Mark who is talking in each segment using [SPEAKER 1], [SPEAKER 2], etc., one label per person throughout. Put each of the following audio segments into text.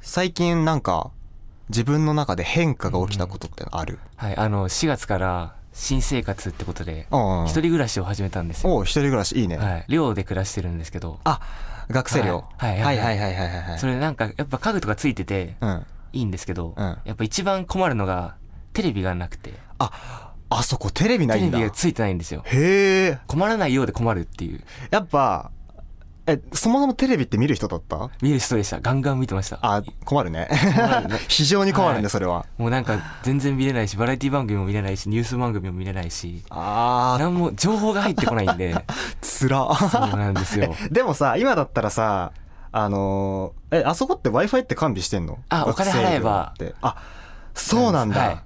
[SPEAKER 1] 最近なんか自分の中で変化が起きたことってある、
[SPEAKER 2] はい、あの、4月から新生活ってことで、
[SPEAKER 1] うんうん、
[SPEAKER 2] 一人暮らしを始めたんですよ。
[SPEAKER 1] おう一人暮らしいいね、
[SPEAKER 2] はい、寮で暮らしてるんですけど、
[SPEAKER 1] あ学生寮
[SPEAKER 2] はい
[SPEAKER 1] は
[SPEAKER 2] はいい
[SPEAKER 1] は
[SPEAKER 2] はいい
[SPEAKER 1] はいはいはいはい
[SPEAKER 2] それなんか、やっぱ家具とかついてて、
[SPEAKER 1] うん
[SPEAKER 2] いいんですけど、
[SPEAKER 1] うん
[SPEAKER 2] やっぱ一番困るのが、テレビがなくて、
[SPEAKER 1] ああそこテレビな
[SPEAKER 2] テ
[SPEAKER 1] い
[SPEAKER 2] レ
[SPEAKER 1] んだ
[SPEAKER 2] ビがついてないんですよ。
[SPEAKER 1] へえ
[SPEAKER 2] 困らないようで困るっていう、
[SPEAKER 1] やっぱえそもそもテレビって見る人だった
[SPEAKER 2] 見る人でした。ガンガン見てました。
[SPEAKER 1] あ困 るね
[SPEAKER 2] 困るね
[SPEAKER 1] 非常に困る
[SPEAKER 2] は
[SPEAKER 1] ね
[SPEAKER 2] い
[SPEAKER 1] それは、
[SPEAKER 2] もうなんか、全然見れないし、バラエティ番組も見れないし、ニュース番組も見れないし、
[SPEAKER 1] あー
[SPEAKER 2] なんも情報が入ってこない んで、
[SPEAKER 1] つら
[SPEAKER 2] そうなんですよ。
[SPEAKER 1] でもさ今だったらさあのーえあそこって w i f i って完備してんの
[SPEAKER 2] あお金払えば
[SPEAKER 1] 学生寮ってあそうなんだ、
[SPEAKER 2] はい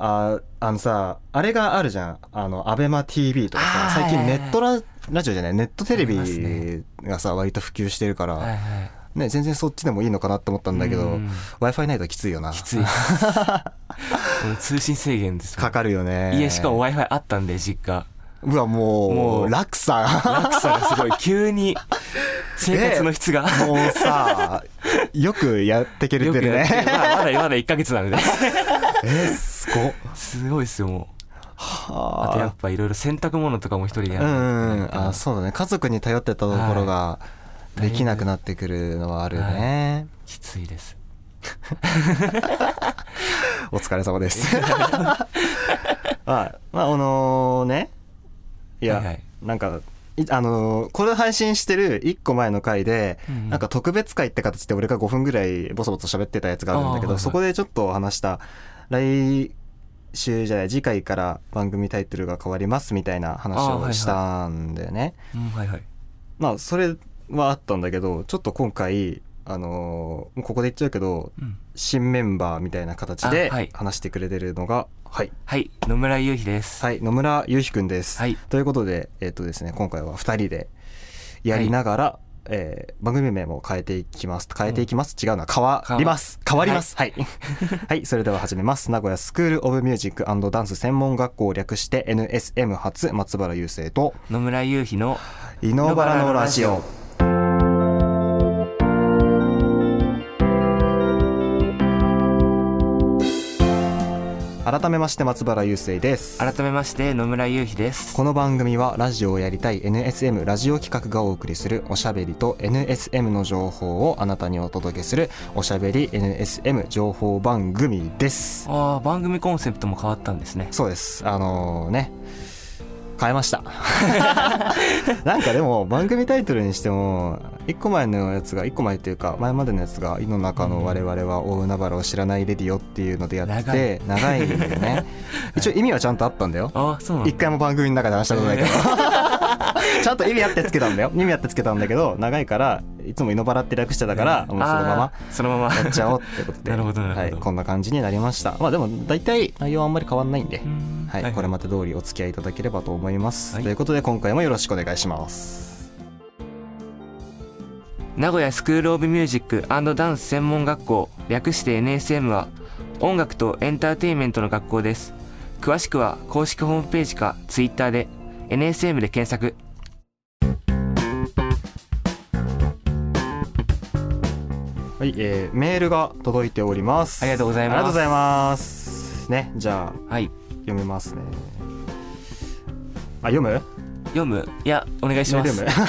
[SPEAKER 1] ああのさあれがあるじゃんあのアベマ t v とかさ
[SPEAKER 2] あー
[SPEAKER 1] 最近
[SPEAKER 2] はいは
[SPEAKER 1] ネ
[SPEAKER 2] いはい
[SPEAKER 1] ットララジオじゃないネットテレビ
[SPEAKER 2] ありますね
[SPEAKER 1] がさ、割と普及してるから、
[SPEAKER 2] はいはい。
[SPEAKER 1] ね、全然そっちでもいいのかなって思ったんだけど
[SPEAKER 2] う
[SPEAKER 1] w
[SPEAKER 2] ん
[SPEAKER 1] i f i ないときついよな
[SPEAKER 2] きつい。こ の通信制限ですよ
[SPEAKER 1] かかるよね
[SPEAKER 2] 家しかも Wi-Fi あったんで、実家。
[SPEAKER 1] うわもう
[SPEAKER 2] もう
[SPEAKER 1] 落 差
[SPEAKER 2] 落差がすごい。急に、生活の質 が。
[SPEAKER 1] もうさよくやってけれ
[SPEAKER 2] よ
[SPEAKER 1] て
[SPEAKER 2] く
[SPEAKER 1] る
[SPEAKER 2] やって
[SPEAKER 1] ね
[SPEAKER 2] るまあまだ、まだ1ヶ月なんで。
[SPEAKER 1] えすごっ
[SPEAKER 2] すごいですよ、もう。あ
[SPEAKER 1] は
[SPEAKER 2] とやっぱいろいろ洗濯物とかも一人でや
[SPEAKER 1] う
[SPEAKER 2] らない
[SPEAKER 1] んうん、
[SPEAKER 2] といけないから
[SPEAKER 1] あそうだね家族に頼ってたところができなくなってくるのはあるね、
[SPEAKER 2] きついです。
[SPEAKER 1] お疲れ様です あまああのねいや、
[SPEAKER 2] はいはい
[SPEAKER 1] なんかいあのーこれ配信してる1個前の回で、
[SPEAKER 2] うんうん
[SPEAKER 1] なんか特別会って形で俺が5分ぐらいボソボソ喋ってたやつがあるんだけど、
[SPEAKER 2] あーはいはい
[SPEAKER 1] そこでちょっと話した来週じゃない次回から番組タイトルが変わりますみたいな話
[SPEAKER 2] あーはいは
[SPEAKER 1] を
[SPEAKER 2] い
[SPEAKER 1] したんだよね。
[SPEAKER 2] うん、はいはい。
[SPEAKER 1] まあそれはあったんだけどちょっと今回あのーもうここで言っちゃうけど
[SPEAKER 2] うん
[SPEAKER 1] 新メンバーみたいな形で
[SPEAKER 2] あはい
[SPEAKER 1] 話してくれてるのがはい、
[SPEAKER 2] はい、野村祐希です。
[SPEAKER 1] はい、野村ゆうひくんです、
[SPEAKER 2] はい
[SPEAKER 1] ということでえっ、とですね今回は2人でやりながら、えー番組名も変えていきます変えていきます、違うな変わります変わりますはい、 はい、それでは始めます名古屋スクール・オブ・ミュージックダンス専門学校を略して NSM 初松原雄生と
[SPEAKER 2] 野村祐希の、
[SPEAKER 1] イノバラのラジオ。改めまして松原雄生です。
[SPEAKER 2] 改めまして野村祐希です。
[SPEAKER 1] この番組はラジオをやりたい NSM ラジオ企画がお送りするおしゃべりと NSM の情報をあなたにお届けするおしゃべり NSM 情報番組です。
[SPEAKER 2] ああ、番組コンセプトも変わったんですね。
[SPEAKER 1] そうです。あのね、変えました。 なんかでも番組タイトルにしても、一個前のやつが、一個前っていうか、前までのやつが、井の中の我々は大海原を知らないレディオっていうのでやって、長いよ ね。一応意味はちゃんとあったんだよ。
[SPEAKER 2] ああ、そうなん
[SPEAKER 1] 一
[SPEAKER 2] だ。
[SPEAKER 1] 回も番組の中で話したことない けど。ちゃんと意味あってつけたんだよ。意味あってつけたんだけど、長いから、いつも井の原って略してたから、もうそのまま。
[SPEAKER 2] あーそのまま。
[SPEAKER 1] やっちゃおうってことで
[SPEAKER 2] なるほどなるほど
[SPEAKER 1] はい、こんな感じになりましたまあでも大体内容はあんまり変わんないんで、
[SPEAKER 2] うん
[SPEAKER 1] はいこれまで通りお付き合いいただければと思います、
[SPEAKER 2] はい
[SPEAKER 1] ということで今回もよろしくお願いします
[SPEAKER 2] 名古屋スクール・オブ・ミュージックダンス専門学校略して NSM は音楽とエンターテインメントの学校です詳しくは公式ホームページか Twitter で NSM で検索
[SPEAKER 1] はい、えー、メールが届いております
[SPEAKER 2] ありがとうございま
[SPEAKER 1] あ
[SPEAKER 2] す
[SPEAKER 1] りがとうございますねじゃあ
[SPEAKER 2] はい
[SPEAKER 1] 読みますねあ読む
[SPEAKER 2] 読むいやお願いします
[SPEAKER 1] メー
[SPEAKER 2] お
[SPEAKER 1] ル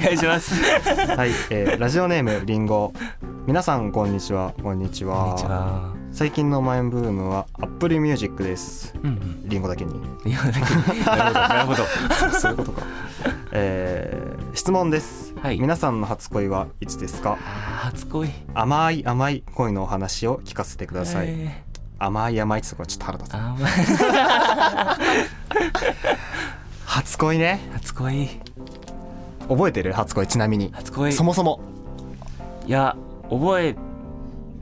[SPEAKER 1] 読
[SPEAKER 2] 願いします
[SPEAKER 1] む はい、えー、ラジオネームりんご皆さんこんにちはこんにちは
[SPEAKER 2] こんにちは
[SPEAKER 1] 最近のマインブームはアップルミュージックです
[SPEAKER 2] うんうん
[SPEAKER 1] りんごだけ に
[SPEAKER 2] いやだけどなるほどなるほど
[SPEAKER 1] そういうことか。えー質問です、
[SPEAKER 2] はい
[SPEAKER 1] 皆さんの初恋はいつですか
[SPEAKER 2] あー初恋
[SPEAKER 1] 甘い甘い恋のお話を聞かせてください、
[SPEAKER 2] え
[SPEAKER 1] 甘い甘いってとこはちょっと腹立
[SPEAKER 2] ー
[SPEAKER 1] つ
[SPEAKER 2] あーま
[SPEAKER 1] 初恋ね
[SPEAKER 2] あ初恋
[SPEAKER 1] 覚えてる初恋ちなみに
[SPEAKER 2] 初恋
[SPEAKER 1] そもそも
[SPEAKER 2] いや覚え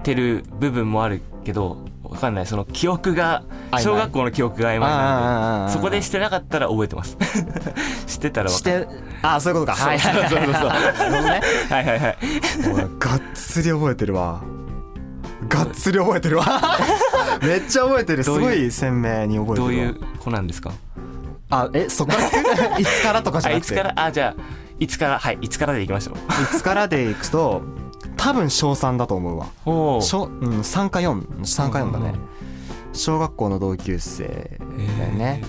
[SPEAKER 2] てる部分もあるけどわかんないその記憶が
[SPEAKER 1] 曖昧
[SPEAKER 2] 小学校の記憶が曖昧
[SPEAKER 1] あ
[SPEAKER 2] な
[SPEAKER 1] ーあーあー
[SPEAKER 2] ん
[SPEAKER 1] あー
[SPEAKER 2] でそこでしてなかったら覚えてます してたらわ
[SPEAKER 1] し
[SPEAKER 2] かんない
[SPEAKER 1] てああそういうことかはいはいはい
[SPEAKER 2] そうそうそう
[SPEAKER 1] なるほどね
[SPEAKER 2] はいはいはい
[SPEAKER 1] 俺がっつり覚えてるわがっつり覚えてるわ めっちゃ覚えてるす
[SPEAKER 2] どういう
[SPEAKER 1] ごい鮮明に覚えてるわ
[SPEAKER 2] どういう子なんですか
[SPEAKER 1] あえそこから いつからとかじゃ
[SPEAKER 2] あ
[SPEAKER 1] ないく
[SPEAKER 2] つ
[SPEAKER 1] て
[SPEAKER 2] からあじゃあいつからはいいつからでいきましょう
[SPEAKER 1] いつからでいくと多分小3だと思うわ
[SPEAKER 2] おお
[SPEAKER 1] 小、うん、3か43か4だね小学校の同級生だよね、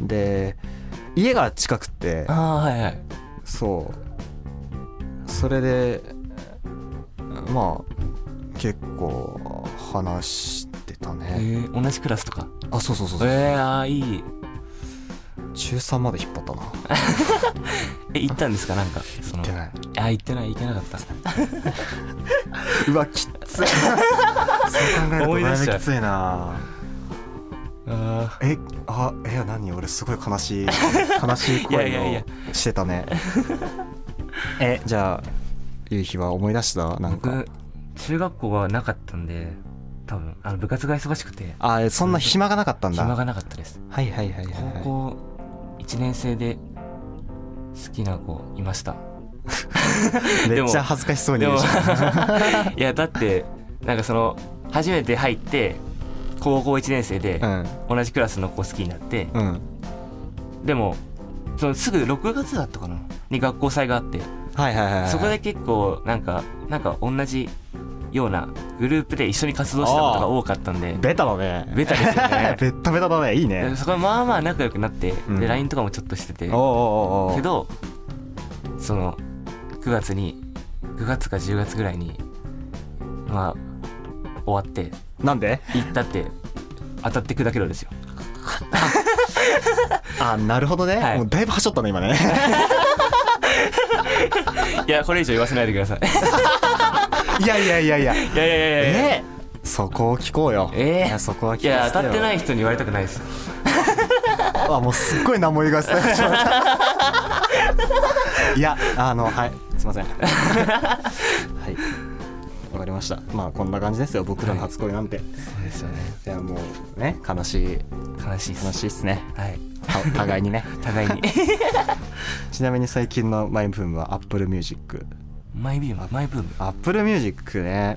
[SPEAKER 1] で家が近くて
[SPEAKER 2] ああーはいはい
[SPEAKER 1] そうそれでまあ結構話してた
[SPEAKER 2] え
[SPEAKER 1] ね、
[SPEAKER 2] ー同じクラスとか
[SPEAKER 1] あそうそうそうそう、
[SPEAKER 2] えー、ああいい
[SPEAKER 1] 中3まで引っ張ったな行
[SPEAKER 2] え行ったんですかなんかその
[SPEAKER 1] ってない
[SPEAKER 2] あ行ってない行けなかった
[SPEAKER 1] うわ きっついそう考える
[SPEAKER 2] 思
[SPEAKER 1] と
[SPEAKER 2] い
[SPEAKER 1] だ
[SPEAKER 2] 出
[SPEAKER 1] い
[SPEAKER 2] し
[SPEAKER 1] ぶ
[SPEAKER 2] ちゃう
[SPEAKER 1] きついな
[SPEAKER 2] あ
[SPEAKER 1] えあいや何俺すごい悲 しい悲しい
[SPEAKER 2] いやいやい
[SPEAKER 1] 声
[SPEAKER 2] や
[SPEAKER 1] をしてたね えじゃあゆうひは思い出したなんか
[SPEAKER 2] 僕中学校はなかったんで多分あの部活が忙しくて
[SPEAKER 1] あえそんな暇がなかったんだ
[SPEAKER 2] 暇がなかったです
[SPEAKER 1] はいはいはいはい
[SPEAKER 2] 高
[SPEAKER 1] はい
[SPEAKER 2] 校1年生で好きな子いました
[SPEAKER 1] め
[SPEAKER 2] で
[SPEAKER 1] っ
[SPEAKER 2] も
[SPEAKER 1] ちゃ恥ずかしそうに
[SPEAKER 2] で
[SPEAKER 1] 言
[SPEAKER 2] も
[SPEAKER 1] うじゃん
[SPEAKER 2] いやだってなんかその初めて入って高校1年生で同じクラスの子好きになって、
[SPEAKER 1] うんうん
[SPEAKER 2] でもそのすぐ6月だったかなに学校祭があって
[SPEAKER 1] はいはいはいはい
[SPEAKER 2] そこで結構なんかなんか同じようなグループで一緒に活動してたことが多かったんで
[SPEAKER 1] ベタだね
[SPEAKER 2] ベタですよね
[SPEAKER 1] ベッタベタだねいいね
[SPEAKER 2] でそこはまあまあ仲良くなって、
[SPEAKER 1] うん
[SPEAKER 2] で LINE とかもちょっとして
[SPEAKER 1] お
[SPEAKER 2] て
[SPEAKER 1] うおうおうおう
[SPEAKER 2] けどその9月に9月か10月ぐらいにまあ終わって
[SPEAKER 1] なんで
[SPEAKER 2] 行った って当たって砕けるんですよ
[SPEAKER 1] あなるほどね、
[SPEAKER 2] はい
[SPEAKER 1] もうだいぶはしょったね今ね
[SPEAKER 2] いやこれ以上言わせないでくだ さい
[SPEAKER 1] いやいやいやいや
[SPEAKER 2] いやいやいやいや
[SPEAKER 1] えそこを聞こうよ
[SPEAKER 2] えー
[SPEAKER 1] いやそこはい聞か
[SPEAKER 2] や
[SPEAKER 1] せて
[SPEAKER 2] 当
[SPEAKER 1] よ
[SPEAKER 2] たってない人に言われたくないです
[SPEAKER 1] あもうすっごい何も言い返せなくなっちゃったいやあのはいすいませんはいわかりましたまあこんな感じですよ僕らの初恋なんて、い、
[SPEAKER 2] そうですよね
[SPEAKER 1] やもうね悲しい
[SPEAKER 2] 悲しいで
[SPEAKER 1] 悲
[SPEAKER 2] す
[SPEAKER 1] しいっすね
[SPEAKER 2] はい
[SPEAKER 1] た互いにね
[SPEAKER 2] 互い に
[SPEAKER 1] ちなみに最近のマイブームは Apple Music
[SPEAKER 2] マイビームマイブーム
[SPEAKER 1] Apple Music ね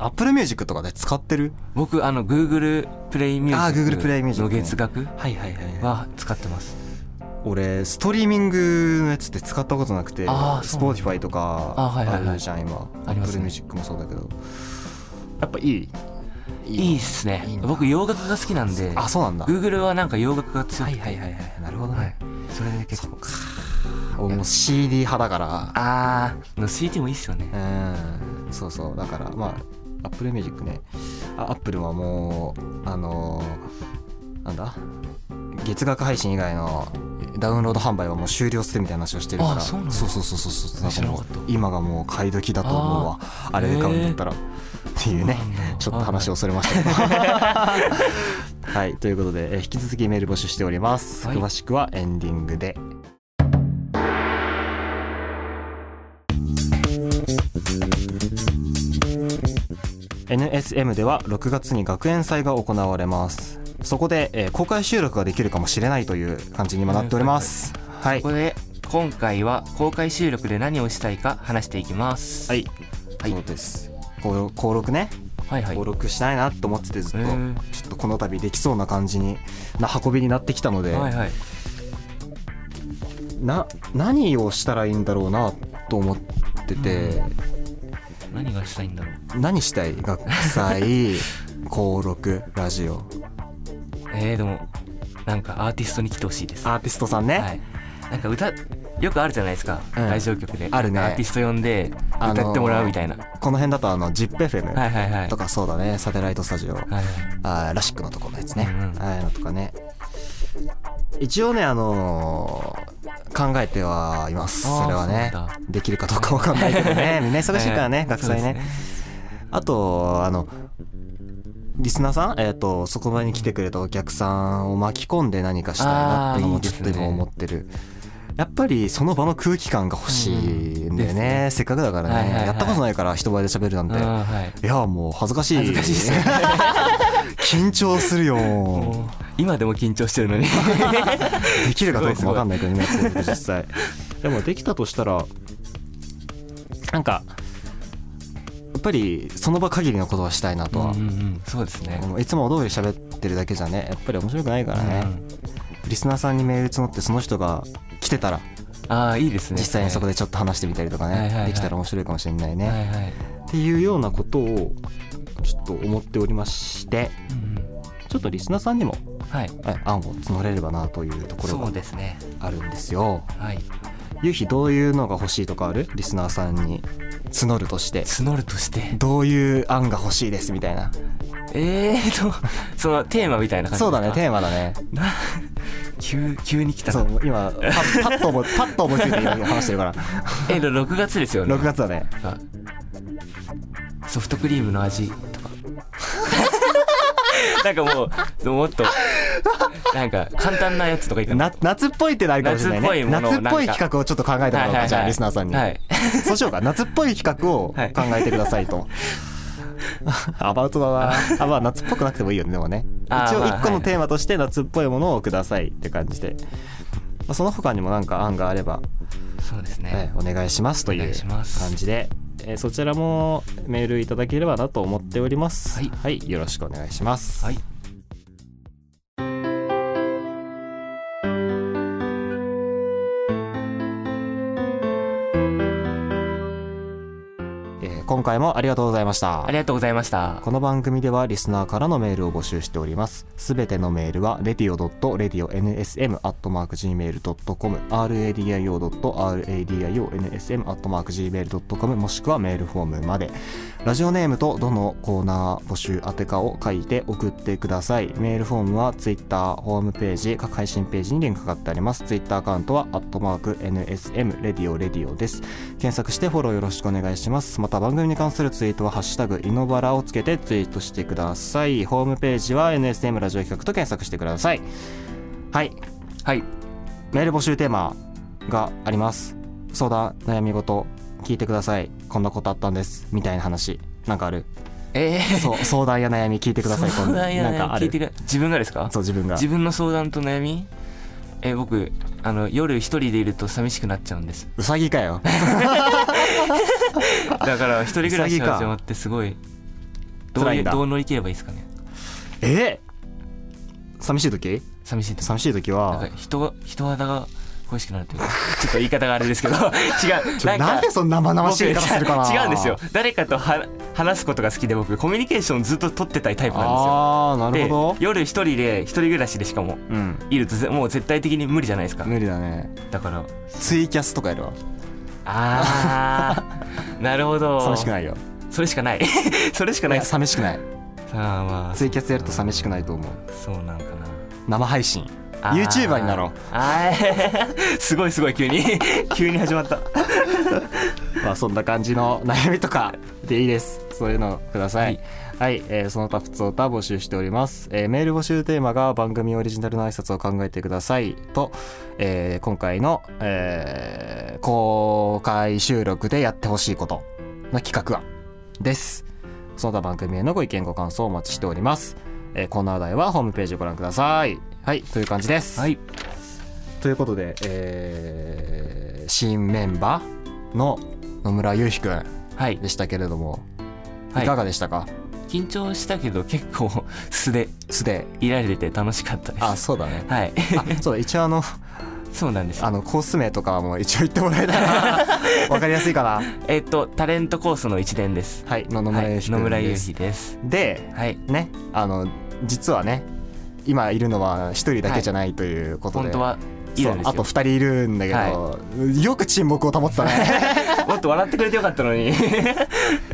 [SPEAKER 1] Apple Music とかで使ってる
[SPEAKER 2] 僕あの Google プレイミュ
[SPEAKER 1] あ
[SPEAKER 2] ージック
[SPEAKER 1] Google プレイミュージッ
[SPEAKER 2] の
[SPEAKER 1] クね
[SPEAKER 2] 月額
[SPEAKER 1] はいはいはいはい
[SPEAKER 2] は使ってます
[SPEAKER 1] 俺ストリーミングのやつって使ったことなくて
[SPEAKER 2] あー
[SPEAKER 1] ス
[SPEAKER 2] そう
[SPEAKER 1] ポ
[SPEAKER 2] な
[SPEAKER 1] ー
[SPEAKER 2] ん
[SPEAKER 1] テ
[SPEAKER 2] だ
[SPEAKER 1] ィファイとか
[SPEAKER 2] あはいはい
[SPEAKER 1] あ
[SPEAKER 2] はい
[SPEAKER 1] るじゃん今
[SPEAKER 2] あります
[SPEAKER 1] Apple
[SPEAKER 2] ね
[SPEAKER 1] Music もそうだけどやっぱいい
[SPEAKER 2] いいっすね
[SPEAKER 1] いいな
[SPEAKER 2] 僕洋楽が好きなんで
[SPEAKER 1] あそうなんだ
[SPEAKER 2] Google はなんか洋楽が強くて
[SPEAKER 1] はいはいはいなるほど
[SPEAKER 2] はいそれで結構
[SPEAKER 1] 俺もう CD 派だから
[SPEAKER 2] あーの CD もいいっすよね
[SPEAKER 1] うんそうそうだからまあ Apple Music ねあ Apple はもうあのーなんだ月額配信以外のダウンロード販売はもう終了するみたいな話をしてるから
[SPEAKER 2] あそうなんだ
[SPEAKER 1] そうそうそうそうそう
[SPEAKER 2] 知らなかった
[SPEAKER 1] だらもう今がもう買い時だと思うわあれで買うんだったら、っていうね
[SPEAKER 2] そうなんだ
[SPEAKER 1] ちょっと話をそれましたけど はいということで、えー引き続きメール募集しております、
[SPEAKER 2] はい
[SPEAKER 1] 詳しくはエンディングで「NSM」では6月に学園祭が行われますそこで、えー公開収録ができるかもしれないという感じに今なっておりますはい
[SPEAKER 2] ここで今回は公開収録で何をしたいか話していきます、
[SPEAKER 1] はい、
[SPEAKER 2] はい
[SPEAKER 1] そうです登録ね
[SPEAKER 2] はいはい
[SPEAKER 1] 登録したいなと思っててずっと、
[SPEAKER 2] へー
[SPEAKER 1] ちょっとこの度できそうな感じにな運びになってきたので、
[SPEAKER 2] はいはい
[SPEAKER 1] な何をしたらいいんだろうなと思ってて、
[SPEAKER 2] 何がしたいんだろう
[SPEAKER 1] 何したい学 祭登録ラジオ
[SPEAKER 2] えー、でもなんかアーティストに来てほしいです
[SPEAKER 1] アーティストさんね、
[SPEAKER 2] はい、なんか歌よくあるじゃないですか、
[SPEAKER 1] うん
[SPEAKER 2] ラジオ局で
[SPEAKER 1] あるね
[SPEAKER 2] アーティスト呼んで
[SPEAKER 1] あのー
[SPEAKER 2] 歌ってもらうみたいな、
[SPEAKER 1] この辺だとあの ZIPFM、
[SPEAKER 2] はいはいはい
[SPEAKER 1] とかそうだねサテライトスタジオ、
[SPEAKER 2] はい
[SPEAKER 1] あーラシックのとこのやつね、
[SPEAKER 2] うんうん
[SPEAKER 1] ああいうのとかね一応ねあのー考えてはいます
[SPEAKER 2] あー
[SPEAKER 1] それはね
[SPEAKER 2] そうなん
[SPEAKER 1] できるかどうかわかんないけど ねみんな忙しいからね、学祭
[SPEAKER 2] そう
[SPEAKER 1] ね
[SPEAKER 2] です
[SPEAKER 1] あとあのリスナーさん、えー、とそこまでに来てくれたお客さんを巻き込んで何かしたいなっての
[SPEAKER 2] あーい
[SPEAKER 1] も
[SPEAKER 2] いで
[SPEAKER 1] ちょっ
[SPEAKER 2] すね
[SPEAKER 1] と今思ってるやっぱりその場の空気感が欲しいんだよね,、せっかくだからね、
[SPEAKER 2] はいはいはい
[SPEAKER 1] やったことないから人前で喋るなん
[SPEAKER 2] う
[SPEAKER 1] て、
[SPEAKER 2] んは
[SPEAKER 1] い
[SPEAKER 2] い
[SPEAKER 1] やもう恥ずかしい
[SPEAKER 2] 恥ずかしいですね
[SPEAKER 1] 緊張するよ
[SPEAKER 2] もう今でも緊張してるのに
[SPEAKER 1] できるかどうかも分かんないけど今やってるけど実際でもできたとしたらなんかやっぱりその場限りのことはしたいなとは、
[SPEAKER 2] うんうんうんそうですね
[SPEAKER 1] いつも通り喋ってるだけじゃねやっぱり面白くないからね、リスナーさんにメール募ってその人が来てたら
[SPEAKER 2] ああいいですね
[SPEAKER 1] 実際にそこでちょっと話してみたりとか
[SPEAKER 2] はいはいは
[SPEAKER 1] ね
[SPEAKER 2] い
[SPEAKER 1] できたら面白いかもしれない
[SPEAKER 2] では
[SPEAKER 1] ね
[SPEAKER 2] いはい、
[SPEAKER 1] っていうようなことをちょっと思っておりまして
[SPEAKER 2] うん
[SPEAKER 1] ちょっとリスナーさんにも
[SPEAKER 2] うん、はい
[SPEAKER 1] え案を募れればなというところ
[SPEAKER 2] そう
[SPEAKER 1] が
[SPEAKER 2] ですね
[SPEAKER 1] あるんですよ
[SPEAKER 2] はい
[SPEAKER 1] ゆうひどういうのが欲しいとかあるリスナーさんに募るとして
[SPEAKER 2] 募るとして
[SPEAKER 1] どういう案が欲しいですみたいな
[SPEAKER 2] えーと そのテーマみたいな感じ
[SPEAKER 1] そうだね
[SPEAKER 2] ー
[SPEAKER 1] テーマだね
[SPEAKER 2] 急急に来た
[SPEAKER 1] そ
[SPEAKER 2] な
[SPEAKER 1] う今パッパッと思いパッと思いついて今話してるから
[SPEAKER 2] えー、6月ですよね
[SPEAKER 1] 6月だね
[SPEAKER 2] あソフトクリームの味 とかなんかもうもっとなんか簡単なやつとかいいかな
[SPEAKER 1] な夏っぽいってないかもしれないね
[SPEAKER 2] 夏っぽいものを
[SPEAKER 1] 夏っぽい
[SPEAKER 2] なんか
[SPEAKER 1] 企画をちょっと考えてもらおうかじゃあリスナーさんに
[SPEAKER 2] はい
[SPEAKER 1] そうしようか夏っぽい企画を考
[SPEAKER 2] はい
[SPEAKER 1] えてくださいと アバウトだなあまあ夏っぽくなくてもいいよねでもね
[SPEAKER 2] あー
[SPEAKER 1] 一応
[SPEAKER 2] まあ
[SPEAKER 1] 一個のテーマとして夏っぽいものをくださいって感じで、まあ、その他にもなんか案があれば、
[SPEAKER 2] そうです
[SPEAKER 1] え
[SPEAKER 2] ね
[SPEAKER 1] お願いしますとい
[SPEAKER 2] お願
[SPEAKER 1] う
[SPEAKER 2] いします
[SPEAKER 1] 感じで、えーそちらもメールいただければなと思っております
[SPEAKER 2] はい
[SPEAKER 1] よろしくお願いします、
[SPEAKER 2] はい
[SPEAKER 1] えー今回もありがとうございました
[SPEAKER 2] ありがとうございました
[SPEAKER 1] この番組ではリスナーからのメールを募集しております。すべてのメールは radio.radio.nsm.gmail.com radio.radio.nsm.gmail.com もしくはメールフォームまで。ラジオネームとどのコーナー募集宛てかを書いて送ってください。メールフォームは Twitter、ホームページ、各配信ページにリンクが貼ってあります。Twitter アカウントは、アットマーク NSM レディオレディオです。検索してフォローよろしくお願いしますまた番組に関するツイートは「ハッシュタグイノバラ」をつけてツイートしてくださいホームページは NSM ラジオ企画と検索してくださいはい
[SPEAKER 2] はい
[SPEAKER 1] メール募集テーマがあります相談悩み事聞いてくださいこんなことあったんですみたいな話なんかある
[SPEAKER 2] えー
[SPEAKER 1] そう相談や悩み聞いて ください
[SPEAKER 2] 相談や
[SPEAKER 1] こんななんかあ
[SPEAKER 2] 悩み聞いて
[SPEAKER 1] る
[SPEAKER 2] る自分がですか
[SPEAKER 1] そう自分が
[SPEAKER 2] 自分の相談と悩みえ僕あの夜一人でいると寂しくなっちゃう んです
[SPEAKER 1] うさぎかよ
[SPEAKER 2] だから一人暮らし
[SPEAKER 1] うさぎか
[SPEAKER 2] が始まってすごいど う
[SPEAKER 1] 辛
[SPEAKER 2] い
[SPEAKER 1] いん
[SPEAKER 2] う
[SPEAKER 1] だ
[SPEAKER 2] どう乗り切ればいいですかね
[SPEAKER 1] え寂しい時
[SPEAKER 2] 寂しいと
[SPEAKER 1] 寂しい時
[SPEAKER 2] な
[SPEAKER 1] は
[SPEAKER 2] んか人が人肌が恋しくなるというかちょっと言い方があれで すけど違う
[SPEAKER 1] ちょ
[SPEAKER 2] な
[SPEAKER 1] なんん
[SPEAKER 2] か
[SPEAKER 1] でそんな生々しい言い方するかな
[SPEAKER 2] 違うんですよ誰かとは話すことが好きで僕コミュニケーションずっと取ってたいタイプなんですよ
[SPEAKER 1] ああーなる
[SPEAKER 2] で
[SPEAKER 1] ほど
[SPEAKER 2] 夜一人で一人暮らしでしかも
[SPEAKER 1] うん
[SPEAKER 2] いるとぜもう絶対的に無理じゃないですか
[SPEAKER 1] 無理だね
[SPEAKER 2] だから
[SPEAKER 1] ツイキャスとかやるわ
[SPEAKER 2] あ ーなるほど
[SPEAKER 1] 寂しくないよ
[SPEAKER 2] それしかない それしか
[SPEAKER 1] い
[SPEAKER 2] ない
[SPEAKER 1] や寂しくない
[SPEAKER 2] ああまあ
[SPEAKER 1] ツイキャスやると寂しくないと思う
[SPEAKER 2] そうなんかな
[SPEAKER 1] 生配信
[SPEAKER 2] あー
[SPEAKER 1] YouTuber になろう
[SPEAKER 2] あー すごいすごい急 に急に始まった
[SPEAKER 1] まあそんな感じの悩みとかでいいですそういうのくださいはい、えーその他普通歌募集しております、えーメール募集テーマが番組オリジナルの挨拶を考えてくださいと、えー今回の、えー公開収録でやってほしいことの企画案ですその他番組へのご意見ご感想をお待ちしております、えー、コーナー題はホームページをご覧くださいはいという感じです、
[SPEAKER 2] はい
[SPEAKER 1] ということで、えー新メンバーの野村祐くん
[SPEAKER 2] はい、
[SPEAKER 1] でしたけれども、
[SPEAKER 2] はい
[SPEAKER 1] い、かがでしたか
[SPEAKER 2] 緊張したけど結構素で
[SPEAKER 1] 素 で
[SPEAKER 2] いられて楽しかったです
[SPEAKER 1] あそうだね
[SPEAKER 2] はい
[SPEAKER 1] あそうだ一応あの
[SPEAKER 2] そうなんです
[SPEAKER 1] あのコース名とかはもう一応言ってもらえた らわかりやすいかな
[SPEAKER 2] えっとタレントコースの一年です
[SPEAKER 1] はいの野
[SPEAKER 2] は
[SPEAKER 1] 村
[SPEAKER 2] い
[SPEAKER 1] 祐樹
[SPEAKER 2] 野
[SPEAKER 1] 君
[SPEAKER 2] 村
[SPEAKER 1] で
[SPEAKER 2] ゆ
[SPEAKER 1] す、
[SPEAKER 2] ひです
[SPEAKER 1] で
[SPEAKER 2] はい
[SPEAKER 1] ねあの実はね今いるのは一人だけじゃないということで、
[SPEAKER 2] 本当はいるんで
[SPEAKER 1] そう
[SPEAKER 2] すよ
[SPEAKER 1] あと二人いるんだけど、
[SPEAKER 2] は
[SPEAKER 1] よく沈黙を保ってたね
[SPEAKER 2] もっと笑ってくれてよかったのに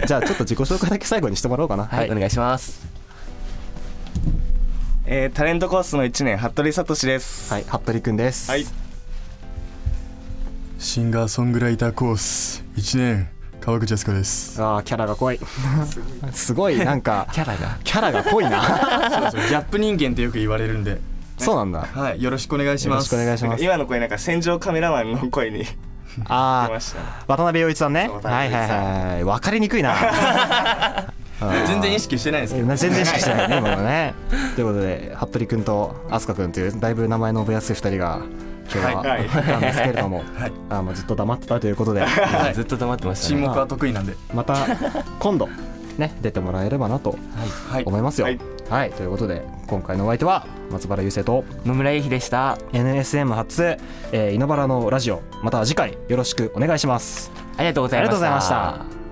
[SPEAKER 1] じゃあちょっと自己紹介だけ最後にしてもらおうかな
[SPEAKER 2] はいお願いします
[SPEAKER 3] えータレントコースの1年服部聡です
[SPEAKER 1] はい、服部くんです。
[SPEAKER 3] はい
[SPEAKER 4] シンガーソングライターコース1年川口靖子です
[SPEAKER 1] ああ、キャラが濃い。 すごい、なんか、
[SPEAKER 2] キャラが
[SPEAKER 1] キャラが濃いな。
[SPEAKER 4] そうそうギャップ人間ってよく言われるんで
[SPEAKER 1] そうなんだ。
[SPEAKER 4] はいよろしくお願いします
[SPEAKER 1] よろしくお願いし
[SPEAKER 3] な
[SPEAKER 1] ま
[SPEAKER 3] んか今の声なんか戦場カメラマンの声に出
[SPEAKER 1] あ
[SPEAKER 3] ましたね
[SPEAKER 1] あ、渡辺陽一さんね。
[SPEAKER 3] 渡
[SPEAKER 1] は
[SPEAKER 3] 辺
[SPEAKER 1] い
[SPEAKER 3] 陽
[SPEAKER 1] は
[SPEAKER 3] 一さん
[SPEAKER 1] いはい、わかりにくいな。
[SPEAKER 4] 全然意識してないですけど
[SPEAKER 1] 全然意識してないね、今のね。ということで、服部くんと飛鳥くんという、だいぶ名前の覚えやすい二人が。今日は、
[SPEAKER 3] はいはい
[SPEAKER 1] いたんですけれども、
[SPEAKER 4] はい
[SPEAKER 1] あのずっと黙ってたということで、
[SPEAKER 2] ずっと黙ってました
[SPEAKER 4] 沈
[SPEAKER 2] ね
[SPEAKER 4] 黙は得意なんで
[SPEAKER 1] また今度ね出てもらえればなと
[SPEAKER 4] はい
[SPEAKER 1] 思いますよ。
[SPEAKER 3] はい
[SPEAKER 1] はいということで今回のお相手は松原優生と
[SPEAKER 2] 野村ゆひでした
[SPEAKER 1] NSM 初、えー、イノバラのラジオまた次回よろしくお願いします
[SPEAKER 2] ありがとうございま
[SPEAKER 1] あり
[SPEAKER 2] した
[SPEAKER 1] がとうございました